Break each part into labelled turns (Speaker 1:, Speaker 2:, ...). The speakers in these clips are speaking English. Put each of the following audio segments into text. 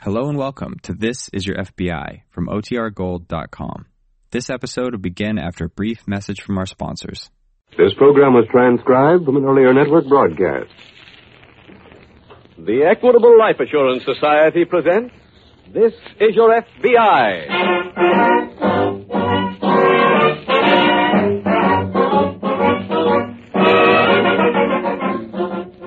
Speaker 1: Hello and welcome to This Is Your FBI from OTRGold.com. This episode will begin after a brief message from our sponsors.
Speaker 2: This program was transcribed from an earlier network broadcast.
Speaker 3: The Equitable Life Assurance Society presents This Is Your FBI.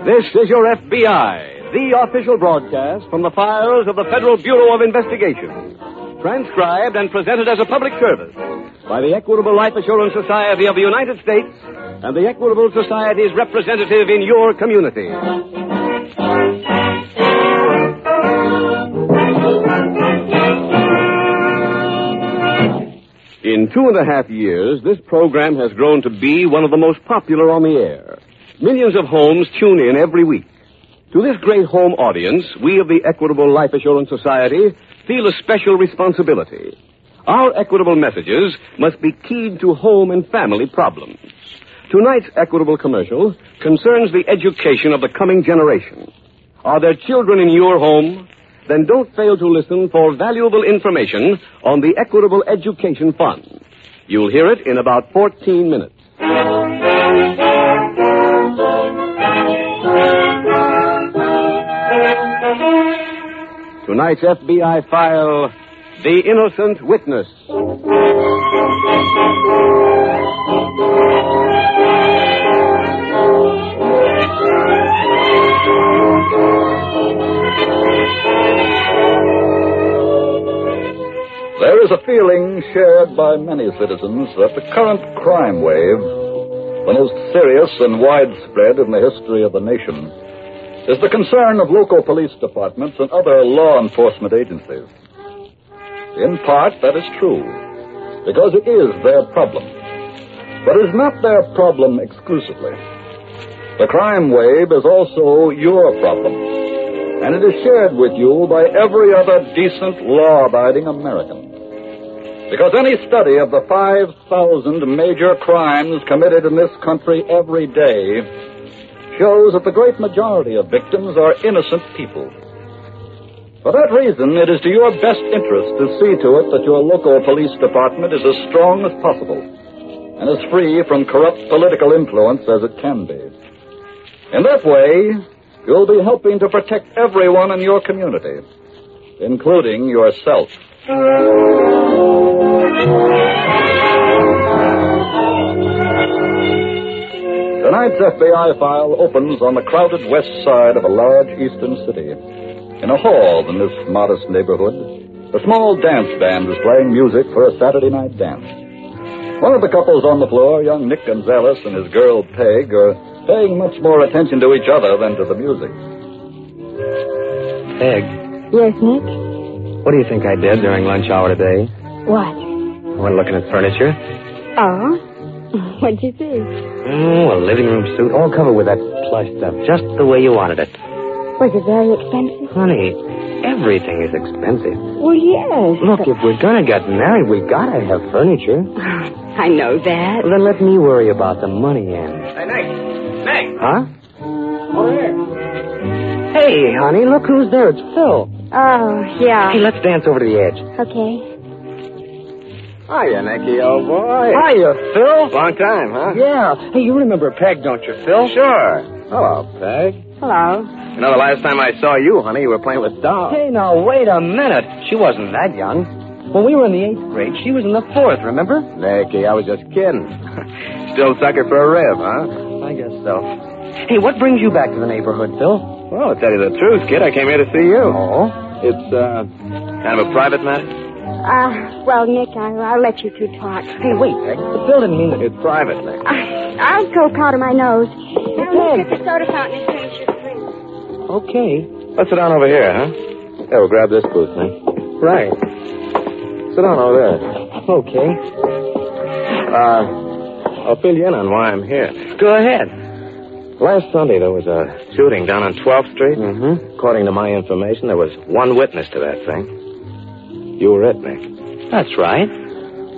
Speaker 3: This is your FBI, the official broadcast from the files of the Federal Bureau of Investigation, transcribed and presented as a public service by the Equitable Life Assurance Society of the United States and the Equitable Society's representative in your community. In two and a half years, this program has grown to be one of the most popular on the air. Millions of homes tune in every week. To this great home audience, we of the Equitable Life Assurance Society feel a special responsibility. Our equitable messages must be keyed to home and family problems. Tonight's equitable commercial concerns the education of the coming generation. Are there children in your home? Then don't fail to listen for valuable information on the Equitable Education Fund. You'll hear it in about 14 minutes. Tonight's FBI file The Innocent Witness.
Speaker 4: There is a feeling shared by many citizens that the current crime wave, the most serious and widespread in the history of the nation, is the concern of local police departments and other law enforcement agencies. In part, that is true, because it is their problem. But it is not their problem exclusively. The crime wave is also your problem and it is shared with you by every other decent, law abiding American. Because any study of the 5,000 major crimes committed in this country every day shows that the great majority of victims are innocent people. For that reason, it is to your best interest to see to it that your local police department is as strong as possible and as free from corrupt political influence as it can be. In that way, you'll be helping to protect everyone in your community, including yourself. Tonight's FBI file opens on the crowded west side of a large eastern city. In a hall in this modest neighborhood, a small dance band is playing music for a Saturday night dance. One of the couples on the floor, young Nick Gonzalez and his girl Peg, are paying much more attention to each other than to the music.
Speaker 5: Peg,
Speaker 6: Yes, Nick?
Speaker 5: what do you think I did during lunch hour today?
Speaker 6: What?
Speaker 5: I went looking at furniture.
Speaker 6: Oh? What'd you see?
Speaker 5: Oh, a living room suite, all covered with that plush stuff, just the way you wanted it.
Speaker 6: Was it very expensive?
Speaker 5: Honey, everything is expensive.
Speaker 6: Well, yes.
Speaker 5: Look, if we're gonna get married, we gotta have furniture.
Speaker 6: I know that.
Speaker 5: Well, then let me worry about the money end.
Speaker 3: Hey, Nick. Nick.
Speaker 5: Huh? Hey, honey, look who's there. It's Phil.
Speaker 6: Oh,
Speaker 5: Hey,
Speaker 6: yeah.
Speaker 5: let's dance over to the edge.
Speaker 6: Okay.
Speaker 3: Hiya, Nicky, old boy.
Speaker 5: Hiya, Phil.
Speaker 3: Long time, huh?
Speaker 5: Yeah. Hey, you remember Peg, don't you, Phil?
Speaker 3: Sure. Hello, Peg.
Speaker 6: Hello.
Speaker 3: You know, the last time I saw you, honey, you were playing with dolls.
Speaker 5: Hey, now, wait a minute. She wasn't that young. When we were in the eighth grade, she was in the fourth, remember?
Speaker 3: Nicky, I was just kidding. Still sucker for a rib, huh?
Speaker 5: I guess so. Hey, what brings you back to the neighborhood, Phil?
Speaker 3: Well, to tell you the truth, kid, I came here to see you.
Speaker 5: Oh?
Speaker 3: It's, uh, kind of a private matter.
Speaker 6: Uh, well, Nick, I, I'll let you two talk.
Speaker 5: Hey, wait, Peg. Phil didn't mean to...
Speaker 3: It's private, Nick.
Speaker 6: I, I'll go powder my nose. Now,
Speaker 5: Okay.
Speaker 6: Nick, get the soda fountain and finish your drink.
Speaker 5: Okay.
Speaker 3: Let's sit down over here, huh? Yeah, we'll grab this booth, Nick.
Speaker 5: Right.
Speaker 3: Sit down over there.
Speaker 5: Okay.
Speaker 3: Uh, I'll fill you in on why I'm here. Go ahead. Last Sunday, there was a shooting down on 12th Street.
Speaker 5: Mm-hmm.
Speaker 3: According to my information, there was one witness to that thing. You were it, Nick.
Speaker 5: That's right.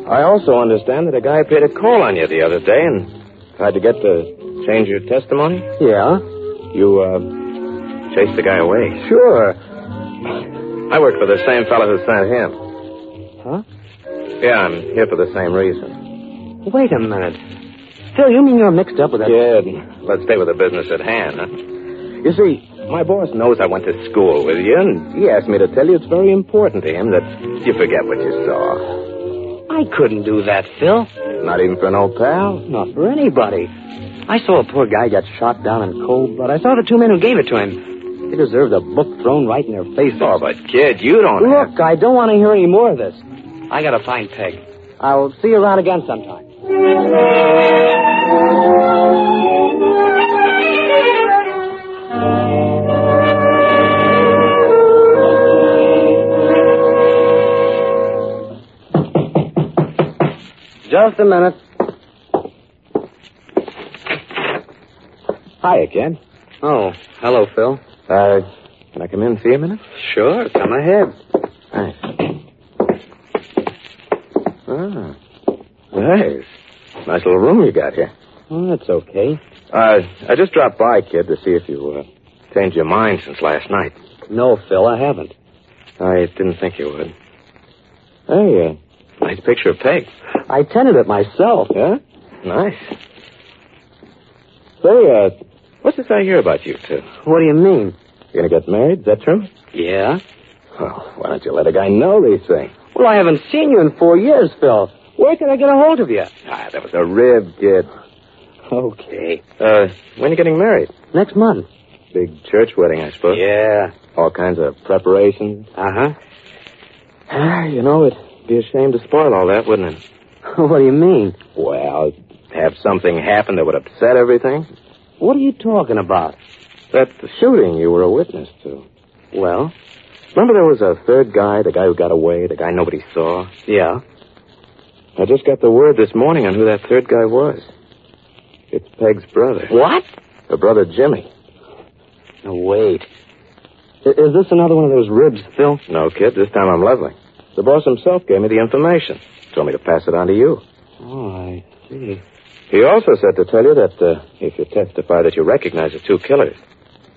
Speaker 3: I also understand that a guy paid a call on you the other day and tried to get to change your testimony.
Speaker 5: Yeah?
Speaker 3: You, uh, chased the guy away.
Speaker 5: Sure.
Speaker 3: I work for the same fellow who sent him.
Speaker 6: Huh?
Speaker 3: Yeah, I'm here for the same reason.
Speaker 6: Wait a minute. Phil, you mean you're mixed up with that?
Speaker 3: Yeah, let's stay with the business at hand, huh? You see, my boss knows I went to school with you, and he asked me to tell you it's very important to him that you forget what you saw.
Speaker 6: I couldn't do that, Phil.
Speaker 3: Not even for an old pal?
Speaker 6: Not for anybody. I saw a poor guy get shot down in cold blood. I saw the two men who gave it to him. They deserved a book thrown right in their faces.
Speaker 3: Oh, but kid, you don't have...
Speaker 6: Look, I don't want to hear any more of this. I got a fine peg. I'll see you around again sometime. Just a minute.
Speaker 3: Hiya, kid.
Speaker 6: Oh, hello, Phil.
Speaker 3: Uh, can I come in and see you a minute?
Speaker 6: Sure, come ahead.
Speaker 3: Thanks. Ah, nice. Nice little room you got here.
Speaker 6: Well, that's okay.
Speaker 3: Uh, I just dropped by, kid, to see if you, uh, changed your mind since last night.
Speaker 6: No, Phil, I haven't.
Speaker 3: I didn't think you would. Hey, uh, nice picture of Peg.
Speaker 6: I tended it myself.
Speaker 3: Yeah? Nice. Say, uh, what's this I hear about you two?
Speaker 6: What do you mean?
Speaker 3: You gonna get married? Is that true?
Speaker 6: Yeah?
Speaker 3: Oh, why don't you let a guy know these things?
Speaker 6: Well, I haven't seen you in four years, Phil. Where can I get a hold of you?
Speaker 3: Ah, that was a rib, kid.
Speaker 6: Okay.
Speaker 3: Uh, when are you getting married?
Speaker 6: Next month.
Speaker 3: Big church wedding, I suppose.
Speaker 6: Yeah.
Speaker 3: All kinds of preparations.
Speaker 6: Uh huh.
Speaker 3: Ah, you know, it'd be a shame to spoil all that, wouldn't it?
Speaker 6: what do you mean?
Speaker 3: Well, have something happen that would upset everything.
Speaker 6: What are you talking about?
Speaker 3: That the shooting you were a witness to.
Speaker 6: Well,
Speaker 3: Remember there was a third guy, the guy who got away, the guy nobody saw?
Speaker 6: yeah.
Speaker 3: I just got the word this morning on who that third guy was. It's Peg's brother.
Speaker 6: What?
Speaker 3: Her brother Jimmy.
Speaker 6: No, wait. I- is this another one of those ribs, Phil?
Speaker 3: No, kid, this time I'm leveling. The boss himself gave me the information. Told me to pass it on to you.
Speaker 6: Oh, I see.
Speaker 3: He also said to tell you that uh, if you testify that you recognize the two killers,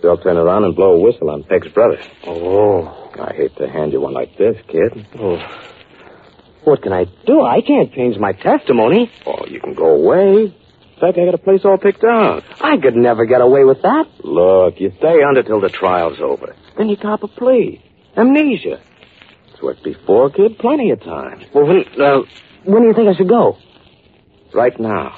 Speaker 3: they'll turn around and blow a whistle on Peg's brother.
Speaker 6: Oh.
Speaker 3: I hate to hand you one like this, kid.
Speaker 6: Oh. What can I do? I can't change my testimony.
Speaker 3: Oh, you can go away. In fact, I got a place all picked out.
Speaker 6: I could never get away with that.
Speaker 3: Look, you stay under till the trial's over.
Speaker 6: Then you cop a plea. Amnesia.
Speaker 3: It's worked before, kid, plenty of times.
Speaker 6: Well, when, uh, when do you think I should go?
Speaker 3: Right now.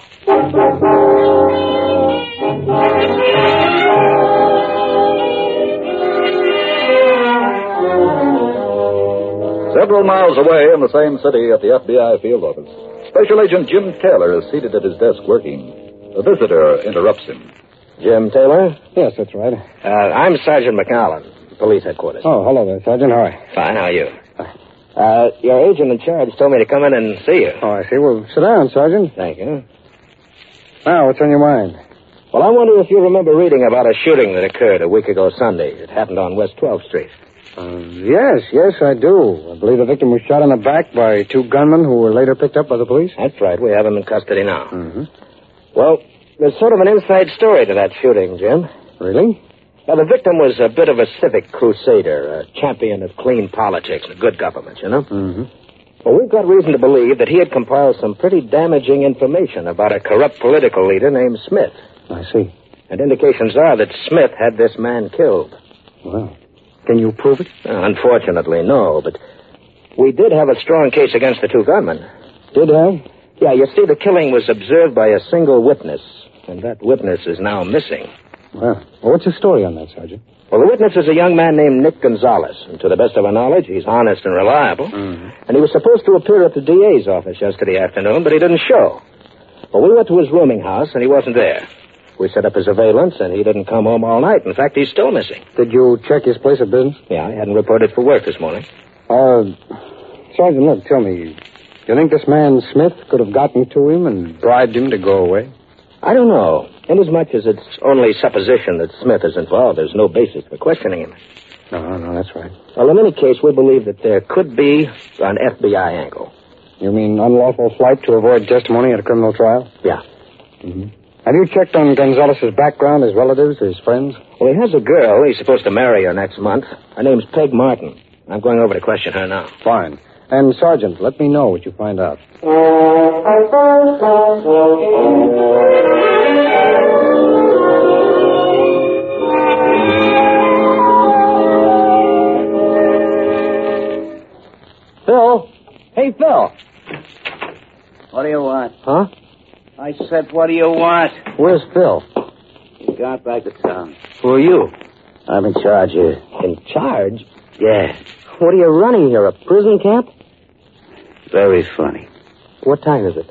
Speaker 4: Several miles away in the same city at the FBI field office, Special Agent Jim Taylor is seated at his desk working. A visitor interrupts him.
Speaker 3: Jim Taylor?
Speaker 7: Yes, that's right.
Speaker 3: Uh, I'm Sergeant McAllen, police headquarters.
Speaker 7: Oh, hello there, Sergeant. How are you?
Speaker 3: Fine, how are you? Uh, your agent in charge told me to come in and see you.
Speaker 7: Oh, I see. Well, sit down, Sergeant.
Speaker 3: Thank you.
Speaker 7: Now, what's on your mind?
Speaker 3: Well, I wonder if you remember reading about a shooting that occurred a week ago Sunday. It happened on West 12th Street.
Speaker 7: Uh, yes, yes, I do. I believe the victim was shot in the back by two gunmen who were later picked up by the police.
Speaker 3: That's right. We have him in custody now.
Speaker 7: Mm-hmm.
Speaker 3: Well, there's sort of an inside story to that shooting, Jim.
Speaker 7: Really?
Speaker 3: Now, the victim was a bit of a civic crusader, a champion of clean politics and good government, you know?
Speaker 7: Mm-hmm.
Speaker 3: Well, we've got reason to believe that he had compiled some pretty damaging information about a corrupt political leader named Smith.
Speaker 7: I see.
Speaker 3: And indications are that Smith had this man killed.
Speaker 7: Well, can you prove it?
Speaker 3: Unfortunately, no, but we did have a strong case against the two gunmen.
Speaker 7: Did I?
Speaker 3: Yeah, you see, the killing was observed by a single witness, and that witness is now missing.
Speaker 7: Well, well, what's the story on that, Sergeant?
Speaker 3: Well, the witness is a young man named Nick Gonzalez, and to the best of our knowledge, he's honest and reliable.
Speaker 7: Mm-hmm.
Speaker 3: And he was supposed to appear at the DA's office yesterday afternoon, but he didn't show. Well, we went to his rooming house, and he wasn't there. We set up a surveillance, and he didn't come home all night. In fact, he's still missing.
Speaker 7: Did you check his place of business?
Speaker 3: Yeah, he hadn't reported for work this morning.
Speaker 7: Uh, Sergeant, look, tell me, you think this man Smith could have gotten to him and bribed him to go away?
Speaker 3: I don't know. Inasmuch as it's only supposition that Smith is involved, there's no basis for questioning him.
Speaker 7: No, no, that's right.
Speaker 3: Well, in any case, we believe that there could be an FBI angle.
Speaker 7: You mean unlawful flight to avoid testimony at a criminal trial? Mm-hmm.
Speaker 3: Yeah.
Speaker 7: Have you checked on Gonzalez's background, his relatives, his friends?
Speaker 3: Well, he has a girl he's supposed to marry her next month. Her name's Peg Martin. I'm going over to question her now.
Speaker 8: Fine. And, Sergeant, let me know what you find out.
Speaker 3: Phil? Hey, Phil.
Speaker 7: What do you want?
Speaker 3: Huh?
Speaker 7: I said, what do you want?
Speaker 3: Where's Phil?
Speaker 7: He got back to town.
Speaker 3: Who are you?
Speaker 7: I'm in charge here.
Speaker 3: In charge?
Speaker 7: Yeah,
Speaker 3: What are you running here? A prison camp?
Speaker 7: very funny.
Speaker 3: What time is it?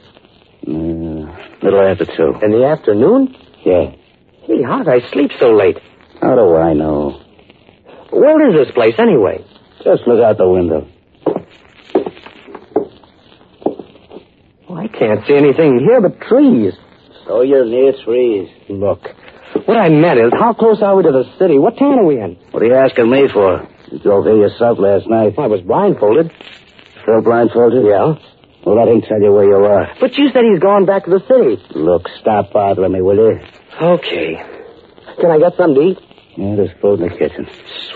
Speaker 7: Mm, little after two.
Speaker 3: In the afternoon?
Speaker 7: Yeah.
Speaker 3: Gee, how did I sleep so late?
Speaker 7: How do I know?
Speaker 3: Where is this place anyway?
Speaker 7: Just look out the window.
Speaker 3: Well, Oh, I can't see anything here but trees.
Speaker 7: So you're near trees.
Speaker 3: Look, what I meant is, how close are we to the city? What town are we in?
Speaker 7: What are you asking me for? You drove here yourself last night.
Speaker 3: I was blindfolded.
Speaker 7: Still blindfolded? Yeah. Well, I didn't tell you where you are.
Speaker 3: But you said he's going back to the city.
Speaker 7: Look, stop bothering me, will you?
Speaker 3: Okay. Can I get something to eat?
Speaker 7: Yeah, there's food in the kitchen.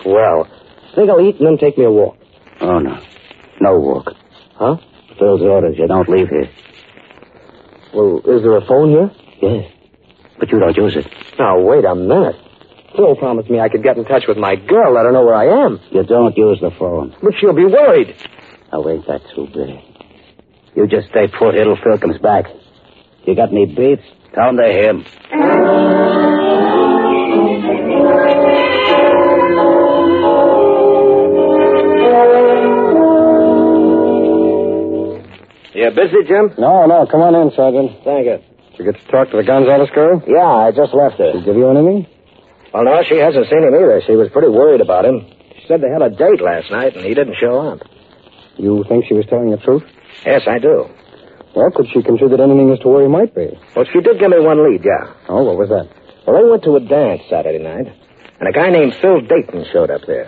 Speaker 3: Swell. Think I'll eat and then take me a walk.
Speaker 7: Oh, no. No walk.
Speaker 3: Huh?
Speaker 7: Phil's orders. You don't leave here.
Speaker 3: Well, is there a phone here?
Speaker 7: Yes. But you don't use it.
Speaker 3: Now, wait a minute. Phil promised me I could get in touch with my girl. Let her know where I am.
Speaker 7: You don't use the phone.
Speaker 3: But she'll be worried.
Speaker 7: Now, ain't that too bad? You just stay put here till Phil comes back. You got me beat? Down to him.
Speaker 3: You busy, Jim?
Speaker 8: No, no, come on in, Sergeant.
Speaker 3: Thank you.
Speaker 8: You get to talk to the Gonzales girl?
Speaker 3: Yeah, I just left her.
Speaker 8: Did she give you anything?
Speaker 3: Well, no, she hasn't seen him either. She was pretty worried about him. She said they had a date last night, and he didn't show up.
Speaker 8: You think she was telling the truth?
Speaker 3: Yes, I do.
Speaker 8: Well, could she contribute anything as to where he might be?
Speaker 3: Well, she did give me one lead, yeah.
Speaker 8: Oh, what was that?
Speaker 3: Well, they went to a dance Saturday night, and a guy named Phil Dayton showed up there.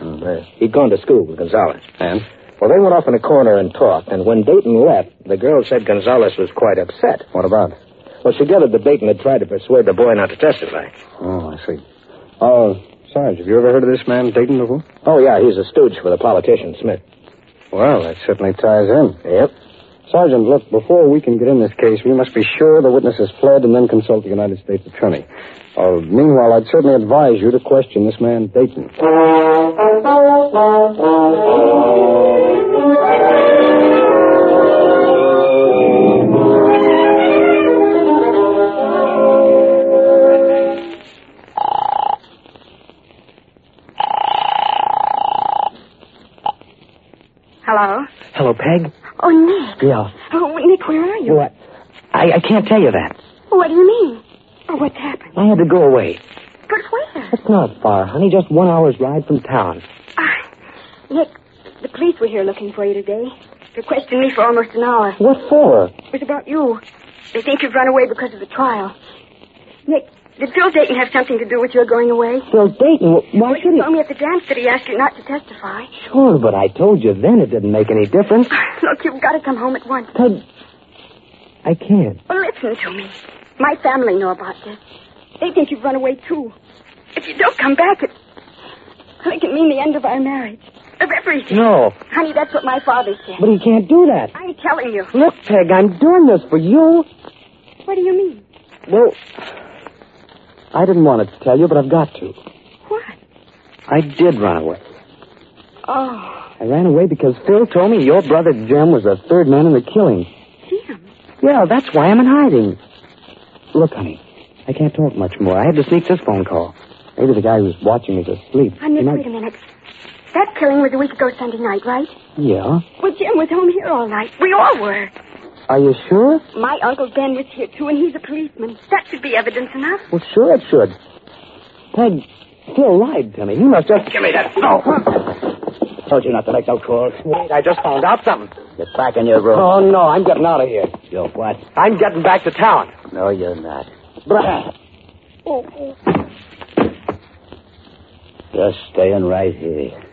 Speaker 3: He'd gone to school with Gonzalez.
Speaker 8: And?
Speaker 3: Well, they went off in a corner and talked, and when Dayton left, the girl said Gonzalez was quite upset.
Speaker 8: What about?
Speaker 3: Well, she gathered that Dayton had tried to persuade the boy not to testify.
Speaker 8: Oh, I see. Oh, Sarge, have you ever heard of this man, Dayton, before?
Speaker 3: Oh, yeah, he's a stooge for the politician, Smith.
Speaker 8: Well, that certainly ties in.
Speaker 3: Yep.
Speaker 8: Sergeant, look, before we can get in this case, we must be sure the witness has fled and then consult the United States Attorney. Uh, meanwhile, I'd certainly advise you to question this man, Dayton.
Speaker 6: Hello?
Speaker 7: Hello, Peg.
Speaker 6: Oh, Nick.
Speaker 7: Yeah.
Speaker 6: Oh, Nick, where are you?
Speaker 7: What? I, I can't tell you that.
Speaker 6: What do you mean? Oh, what's happened?
Speaker 7: I had to go away.
Speaker 6: But where?
Speaker 7: It's not far, honey. Just one hour's ride from town.
Speaker 6: Uh, Nick, the police were here looking for you today. They questioned me for almost an hour.
Speaker 7: What for?
Speaker 6: It was about you. They think you've run away because of the trial. Nick, did Phil Dayton have something to do with your going away?
Speaker 7: Phil Dayton. Why
Speaker 6: Well,
Speaker 7: should
Speaker 6: you
Speaker 7: he?
Speaker 6: told me at the dance that he asked you not to testify.
Speaker 7: Sure, but I told you then it didn't make any difference.
Speaker 6: Look, you've got to come home at once.
Speaker 7: Peg, I can't.
Speaker 6: Well, listen to me. My family know about this. They think you've run away, too. If you don't come back, it... Well, it can mean the end of our marriage. Of everything.
Speaker 7: No,
Speaker 6: Honey, that's what my father said.
Speaker 7: but he can't do that.
Speaker 6: I'm telling you.
Speaker 7: Look, Peg, I'm doing this for you.
Speaker 6: What do you mean?
Speaker 7: Well, I didn't want to tell you, but I've got to.
Speaker 6: What?
Speaker 7: I did run away.
Speaker 6: Oh,
Speaker 7: I ran away because Phil told me your brother Jim was the third man in the killing.
Speaker 6: Jim.
Speaker 7: Yeah, that's why I'm in hiding. Look, honey, I can't talk much more. I had to sneak this phone call. Maybe the guy who's watching is asleep.
Speaker 6: Oh, Nick,
Speaker 7: He might-
Speaker 6: wait a minute. That killing was a week ago Sunday night, right?
Speaker 7: Yeah.
Speaker 6: Well, Jim was home here all night. We all were.
Speaker 7: Are you sure?
Speaker 6: My Uncle Ben was here, too, and he's a policeman. That should be evidence enough.
Speaker 7: Well, sure it should. Peg, Phil lied to me. He must just...
Speaker 3: Give me that. No.
Speaker 7: Told you not to make no calls.
Speaker 3: Wait, I just found out something.
Speaker 7: Get back in your room.
Speaker 3: Oh, no, I'm getting out of here.
Speaker 7: You what?
Speaker 3: I'm getting back to town.
Speaker 7: No, you're not. You're staying right here.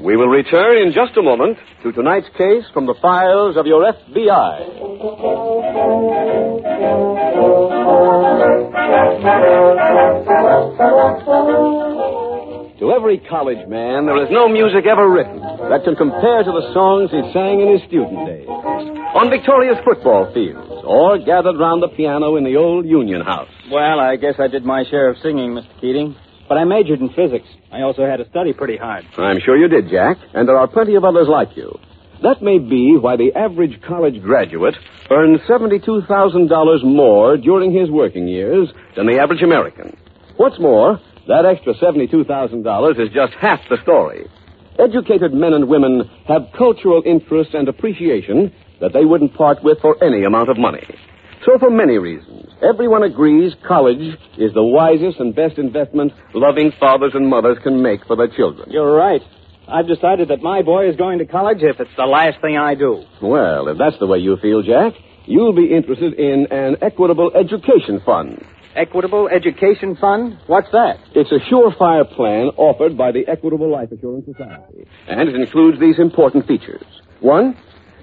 Speaker 9: We will return
Speaker 3: return in just a moment to tonight's case from the files of your FBI. To every college man, there is no music ever written that can compare to the songs he sang in his student days on victorious football fields or gathered round the piano in the old Union House.
Speaker 10: Well, I guess I did my share of singing, Mr. Keating. But I majored in physics. I also had to study pretty hard.
Speaker 3: I'm sure you did, Jack, and there are plenty of others like you. That may be why the average college graduate earns $72,000 more during his working years than the average American. What's more, that extra $72,000 is just half the story. Educated men and women have cultural interests and appreciation that they wouldn't part with for any amount of money. So, for many reasons, everyone agrees college is the wisest and best investment loving fathers and mothers can make for their children.
Speaker 10: You're right. I've decided that my boy is going to college if it's the last thing I do.
Speaker 3: Well, if that's the way you feel, Jack, you'll be interested in an equitable education fund.
Speaker 10: Equitable Education Fund? What's that?
Speaker 3: It's a surefire plan offered by the Equitable Life Assurance Society. And it includes these important features. One,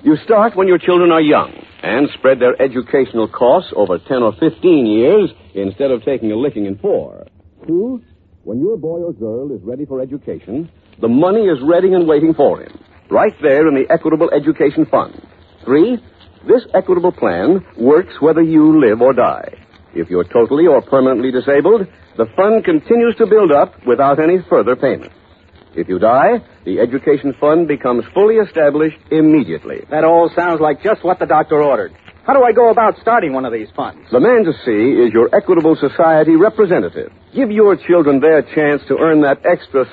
Speaker 3: you start when your children are young and spread their educational costs over 10 or 15 years instead of taking a licking in four. Two, when your boy or girl is ready for education, the money is ready and waiting for him, right there in the Equitable Education Fund. Three, this equitable plan works whether you live or die. If you're totally or permanently disabled, the fund continues to build up without any further payment. If you die, the education fund becomes fully established immediately.
Speaker 10: That all sounds like just what the doctor ordered. How do I go about starting one of these funds?
Speaker 3: The man to see is your Equitable Society representative. Give your children their chance to earn that extra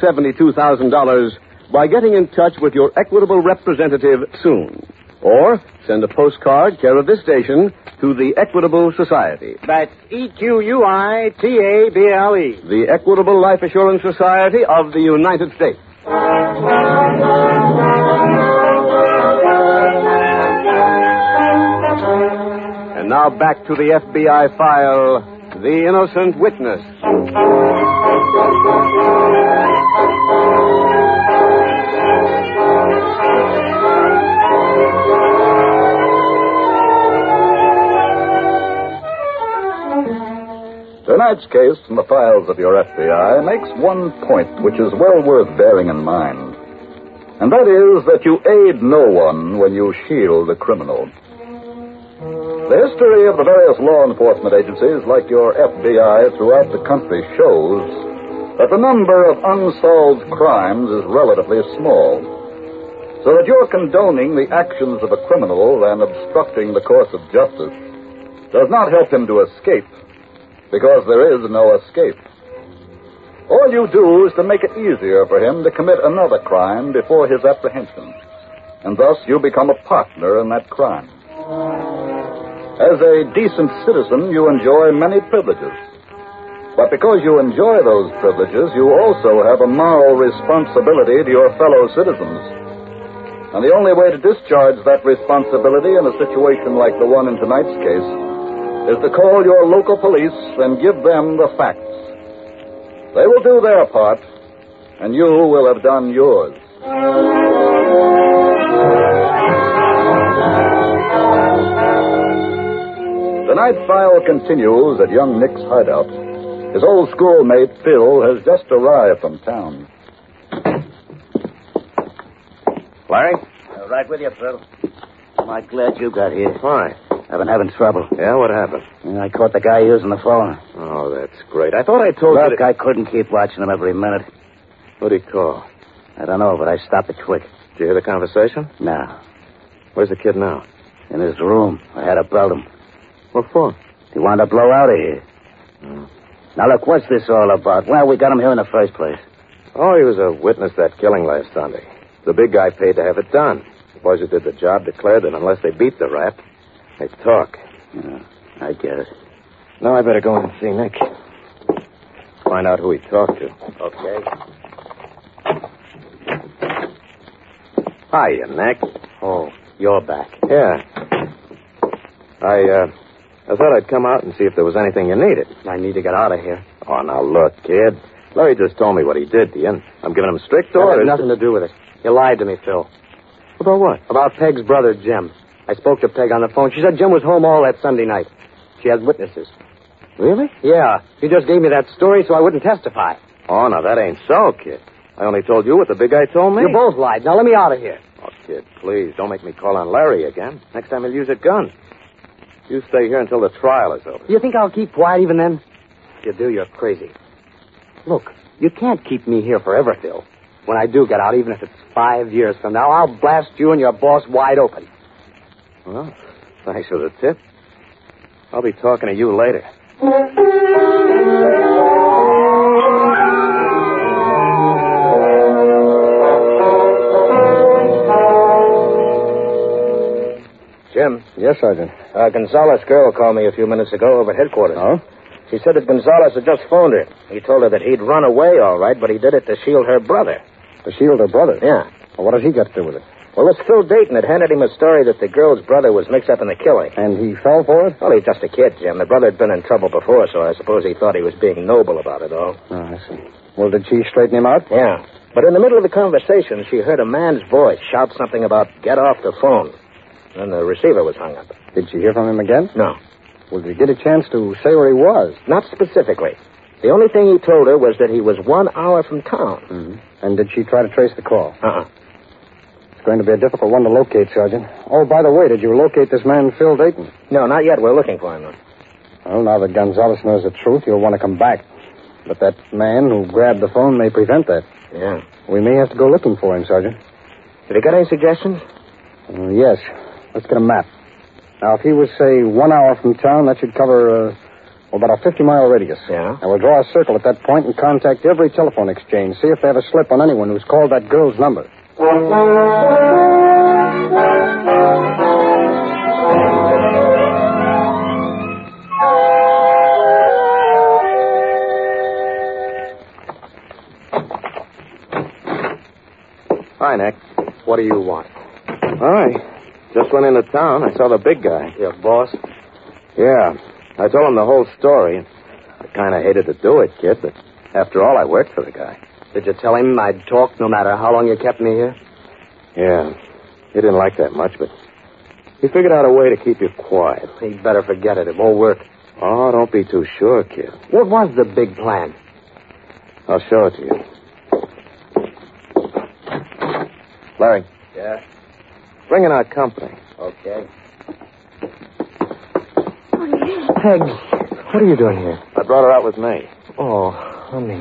Speaker 3: $72,000 by getting in touch with your Equitable representative soon. Or send a postcard care of this station to the Equitable Society.
Speaker 10: That's E Q U I T A B L E.
Speaker 3: The Equitable Life Assurance Society of the United States. And now back to the FBI file The Innocent Witness.
Speaker 4: Tonight's case from the files of your FBI makes one point which is well worth bearing in mind. And that is that you aid no one when you shield a criminal. The history of the various law enforcement agencies like your FBI throughout the country shows that the number of unsolved crimes is relatively small. So that you're condoning the actions of a criminal and obstructing the course of justice does not help him to escape because there is no escape. All you do is to make it easier for him to commit another crime before his apprehension, and thus you become a partner in that crime. As a decent citizen, you enjoy many privileges. But because you enjoy those privileges, you also have a moral responsibility to your fellow citizens. And the only way to discharge that responsibility in a situation like the one in tonight's case is to call your local police and give them the facts. They will do their part, and you will have done yours. Tonight's file continues at young Nick's hideout. His old schoolmate, Phil, has just arrived from town.
Speaker 11: Larry?
Speaker 5: Right with you, Phil. I'm glad you got here. Why? I've been having trouble.
Speaker 11: Yeah, what happened?
Speaker 5: And I caught the guy using the phone.
Speaker 11: Oh, that's great. I thought I told you.
Speaker 5: Look,
Speaker 11: that
Speaker 5: I couldn't keep watching him every minute.
Speaker 11: What do you call?
Speaker 5: I don't know, but I stopped it quick.
Speaker 11: Did you hear the conversation?
Speaker 5: Now,
Speaker 11: Where's the kid now?
Speaker 5: in his room, I had to belt him.
Speaker 11: What for?
Speaker 5: He wanted to blow out of here. Now, look, what's this all about? Well, we got him here in the first place.
Speaker 11: Oh, he was a witness to that killing last Sunday. The big guy paid to have it done. The boys who did the job declared that unless they beat the rat, they'd talk.
Speaker 5: Yeah, I get it.
Speaker 11: Now I better go in and see Nick. Find out who he talked to. Okay. Hiya, Nick.
Speaker 5: Oh, you're back.
Speaker 11: Yeah. I, uh, I thought I'd come out and see if there was anything you needed.
Speaker 5: I need to get out of here.
Speaker 11: Oh, now look, kid.
Speaker 3: Larry just told me what he did, Dean. I'm giving him strict
Speaker 12: That
Speaker 3: orders.
Speaker 12: had nothing to do with it. You lied to me, Phil. About what? About Peg's brother, Jim. I spoke to Peg on the phone. She said Jim was home all that Sunday night. She has witnesses.
Speaker 3: Really?
Speaker 12: Yeah. You just gave me that story so I wouldn't testify.
Speaker 3: Oh, no, that ain't so, kid. I only told you what the big guy told me.
Speaker 12: You both lied. Now let me out of here.
Speaker 3: Oh, kid, please, don't make me call on Larry again. Next time he'll use a gun. You stay here until the trial is over.
Speaker 12: You think I'll keep quiet even then? If you do, you're crazy. Look, you can't keep me here forever, Phil. When I do get out, even if it's five years from now, I'll blast you and your boss wide open.
Speaker 3: Well, thanks for the tip. I'll be talking to you later.
Speaker 4: Jim. Yes, Sergeant. Uh, Gonzalez girl called me a few minutes ago over at headquarters. Oh? She said that Gonzalez had just phoned her. He told her that he'd run away, all right, but he did it to shield her brother.
Speaker 7: To shield her brother?
Speaker 4: Yeah.
Speaker 7: Well, what has he got to do with it?
Speaker 4: Well, this Phil Dayton had handed him a story that the girl's brother was mixed up in the killing.
Speaker 7: And he fell for it?
Speaker 4: Well, he's just a kid, Jim. The brother had been in trouble before, so I suppose he thought he was being noble about it all.
Speaker 7: Oh, I see. Well, did she straighten him out?
Speaker 4: Yeah. But in the middle of the conversation, she heard a man's voice shout something about, get off the phone. Then the receiver was hung up.
Speaker 7: Did she hear from him again?
Speaker 4: No.
Speaker 7: Well, did he get a chance to say where he was?
Speaker 4: Not specifically. The only thing he told her was that he was one hour from town.
Speaker 7: Mm-hmm. And did she try to trace the call?
Speaker 4: Uh-uh.
Speaker 7: It's going to be a difficult one to locate, Sergeant. Oh, by the way, did you locate this man, Phil Dayton?
Speaker 4: No, not yet. We're looking for him. though.
Speaker 7: Well, now that Gonzalez knows the truth, you'll want to come back. But that man who grabbed the phone may prevent that.
Speaker 4: Yeah.
Speaker 7: We may have to go looking for him, Sergeant.
Speaker 4: Have you got any suggestions?
Speaker 7: Uh, yes. Let's get a map. Now, if he was, say, one hour from town, that should cover uh, well, about a 50 mile radius.
Speaker 4: Yeah.
Speaker 7: And we'll draw a circle at that point and contact every telephone exchange. See if they have a slip on anyone who's called that girl's number.
Speaker 3: Hi, Nick.
Speaker 12: What do you want?
Speaker 3: Hi. Just went into town. I saw the big guy.
Speaker 12: Your boss?
Speaker 3: Yeah. I told him the whole story. I kind of hated to do it, kid, but after all, I worked for the guy.
Speaker 12: Did you tell him I'd talk no matter how long you kept me here?
Speaker 3: Yeah. He didn't like that much, but he figured out a way to keep you quiet.
Speaker 12: He'd better forget it. It won't work.
Speaker 3: Oh, don't be too sure, kid.
Speaker 12: What was the big plan?
Speaker 3: I'll show it to you. Larry,
Speaker 4: Yeah.
Speaker 3: bring in our company.
Speaker 4: Okay.
Speaker 12: Peg, what are you doing here?
Speaker 3: I brought her out with me.
Speaker 12: Oh, honey.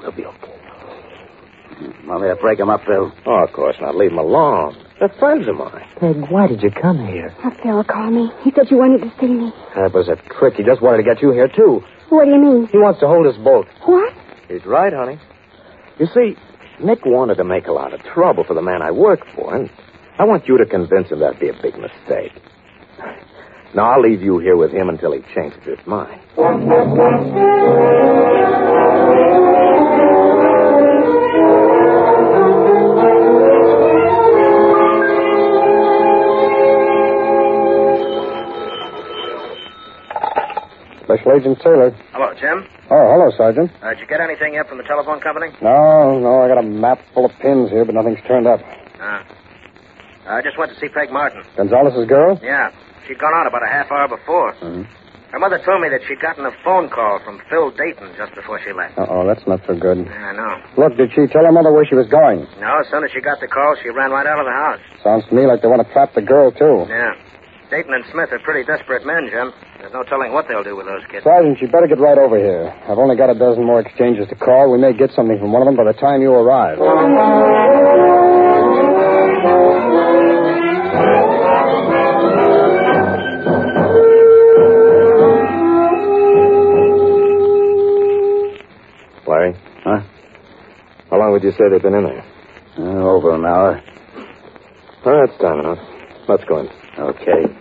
Speaker 4: We'll be okay.
Speaker 3: Want me to break him up, Bill? Oh, of course not. Leave him alone. They're friends of mine.
Speaker 12: Peg, why did you come here?
Speaker 6: Oh, Phil called me. He said you wanted to see me.
Speaker 12: That was a trick. He just wanted to get you here, too.
Speaker 6: What do you mean?
Speaker 12: He wants to hold us both.
Speaker 6: What?
Speaker 3: He's right, honey. You see, Nick wanted to make a lot of trouble for the man I work for, and I want you to convince him that'd be a big mistake. Now, I'll leave you here with him until he changes his mind.
Speaker 7: Special Agent Taylor.
Speaker 4: Hello, Jim.
Speaker 7: Oh, hello, Sergeant.
Speaker 4: Uh, did you get anything yet from the telephone company?
Speaker 7: No, no, I got a map full of pins here, but nothing's turned up.
Speaker 4: Uh, I just went to see Peg Martin.
Speaker 7: Gonzalez's girl?
Speaker 4: Yeah. She'd gone out about a half hour before. Her mother told me that she'd gotten a phone call from Phil Dayton just before she left.
Speaker 7: Uh oh, that's not so good.
Speaker 4: Yeah, I know.
Speaker 7: Look, did she tell her mother where she was going?
Speaker 4: No, as soon as she got the call, she ran right out of the house.
Speaker 7: Sounds to me like they want to trap the girl, too.
Speaker 4: Yeah. Dayton and Smith are pretty desperate men, Jim. There's no telling what they'll do with those kids.
Speaker 7: Sergeant, you better get right over here. I've only got a dozen more exchanges to call. We may get something from one of them by the time you arrive.
Speaker 3: Larry?
Speaker 13: Huh?
Speaker 3: How long would you say they've been in there?
Speaker 13: Uh, over an hour.
Speaker 3: Oh, that's time enough. Let's go in.
Speaker 13: Okay.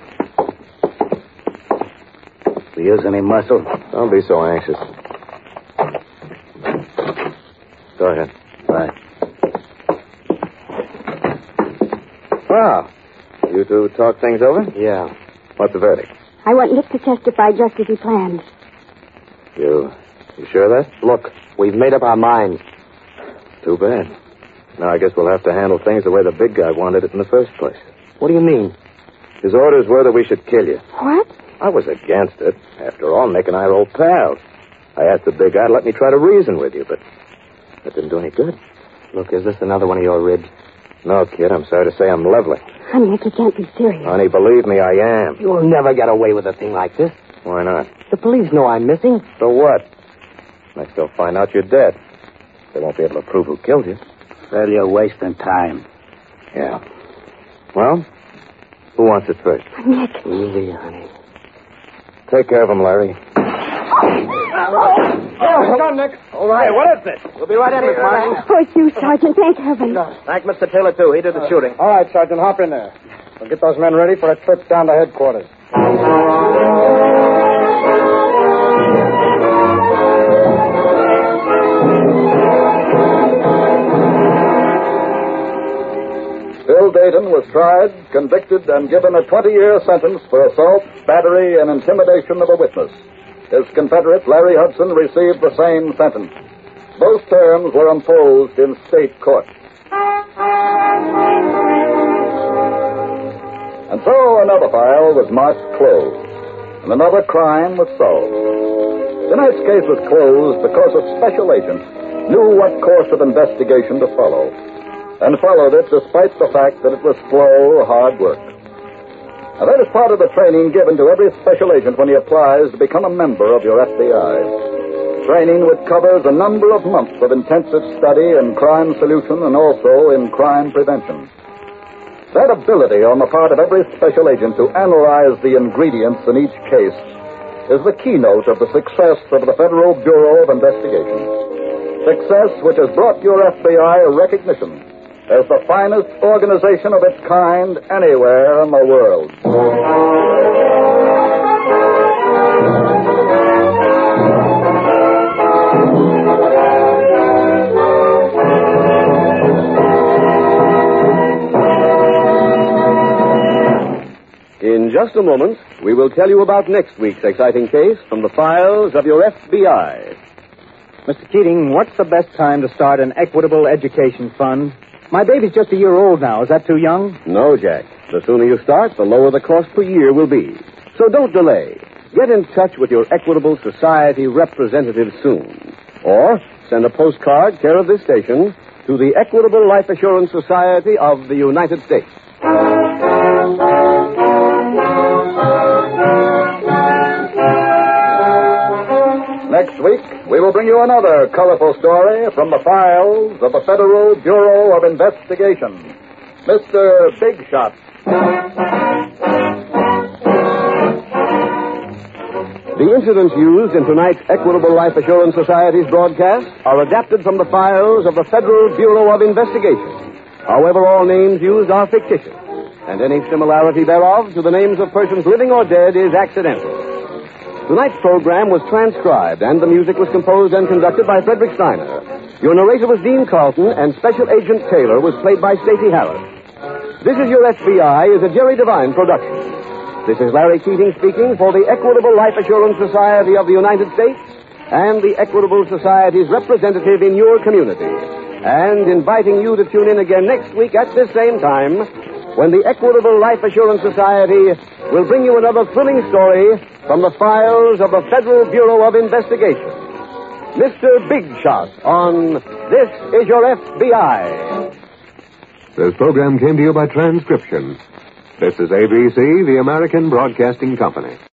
Speaker 13: We use any muscle?
Speaker 3: Don't be so anxious. Go ahead.
Speaker 13: Right.
Speaker 3: Well, you two talk things over?
Speaker 12: Yeah.
Speaker 3: What's the verdict?
Speaker 6: I want Nick to testify just as he planned.
Speaker 3: You, you sure of that? Look,
Speaker 5: We've made up our minds.
Speaker 12: Too bad. Now I guess we'll have to handle things the way the big guy wanted it in the first place.
Speaker 5: What do you mean?
Speaker 12: His orders were that we should kill you.
Speaker 6: What?
Speaker 12: I was against it. After all, Nick and I are old pals. I asked the big guy to let me try to reason with you, but that didn't do any good.
Speaker 5: Look, is this another one of your ribs?
Speaker 12: No, kid, I'm sorry to say I'm lovely.
Speaker 6: Honey, Nick, you can't be serious.
Speaker 12: Honey, believe me, I am.
Speaker 5: You'll never get away with a thing like this.
Speaker 12: Why not?
Speaker 5: The police know I'm missing.
Speaker 12: So what? Next they'll find out you're dead. They won't be able to prove who killed you.
Speaker 14: Well, you're wasting time.
Speaker 12: Yeah. Well, who wants it first?
Speaker 6: Nick.
Speaker 5: Easy, honey.
Speaker 12: Take care of him, Larry.
Speaker 5: Oh, hold on, Nick. All right.
Speaker 11: Hey, what is this?
Speaker 5: We'll be right in, Miss Martin.
Speaker 6: Oh, it's you, Sergeant. Thank heaven.
Speaker 5: Thank Mr. Taylor, too. He did the shooting.
Speaker 7: All right, Sergeant, hop in there. We'll get those men ready for a trip down to headquarters.
Speaker 4: Bill Dayton was tried, convicted, and given a 20 year sentence for assault, battery, and intimidation of a witness. His Confederate, Larry Hudson, received the same sentence. Both terms were imposed in state court. And so another file was marked closed, and another crime was solved. Tonight's case was closed because a special agent knew what course of investigation to follow and followed it despite the fact that it was slow, hard work. Now, that is part of the training given to every special agent when he applies to become a member of your FBI. Training which covers a number of months of intensive study in crime solution and also in crime prevention. That ability on the part of every special agent to analyze the ingredients in each case is the keynote of the success of the Federal Bureau of Investigation. Success which has brought your FBI a recognition as the finest organization of its kind anywhere in the world.
Speaker 3: In just a moment, we will tell you about next week's exciting case from the files of your FBI.
Speaker 10: Mr. Keating, what's the best time to start an equitable education fund? My baby's just a year old now. Is that too young?
Speaker 3: No, Jack. The sooner you start, the lower the cost per year will be. So don't delay. Get in touch with your Equitable Society representative soon. Or send a postcard, care of this station, to the Equitable Life Assurance Society of the United States.
Speaker 4: Next week, we will bring you another colorful story from the files of the Federal Bureau of Investigation. Mr. Big Shot.
Speaker 3: The incidents used in tonight's Equitable Life Assurance Society's broadcast are adapted from the files of the Federal Bureau of Investigation. However, all names used are fictitious, and any similarity thereof to the names of persons living or dead is accidental. Tonight's program was transcribed, and the music was composed and conducted by Frederick Steiner. Your narrator was Dean Carlton, and Special Agent Taylor was played by Stacey Harris. This is Your FBI is a Jerry Devine production. This is Larry Keating speaking for the Equitable Life Assurance Society of the United States and the Equitable Society's representative in your community, and inviting you to tune in again next week at this same time when the Equitable Life Assurance Society will bring you another thrilling story from the files of the Federal Bureau of Investigation. Mr. Big Shot on This Is Your FBI.
Speaker 2: This program came to you by transcription. This is ABC, the American Broadcasting Company.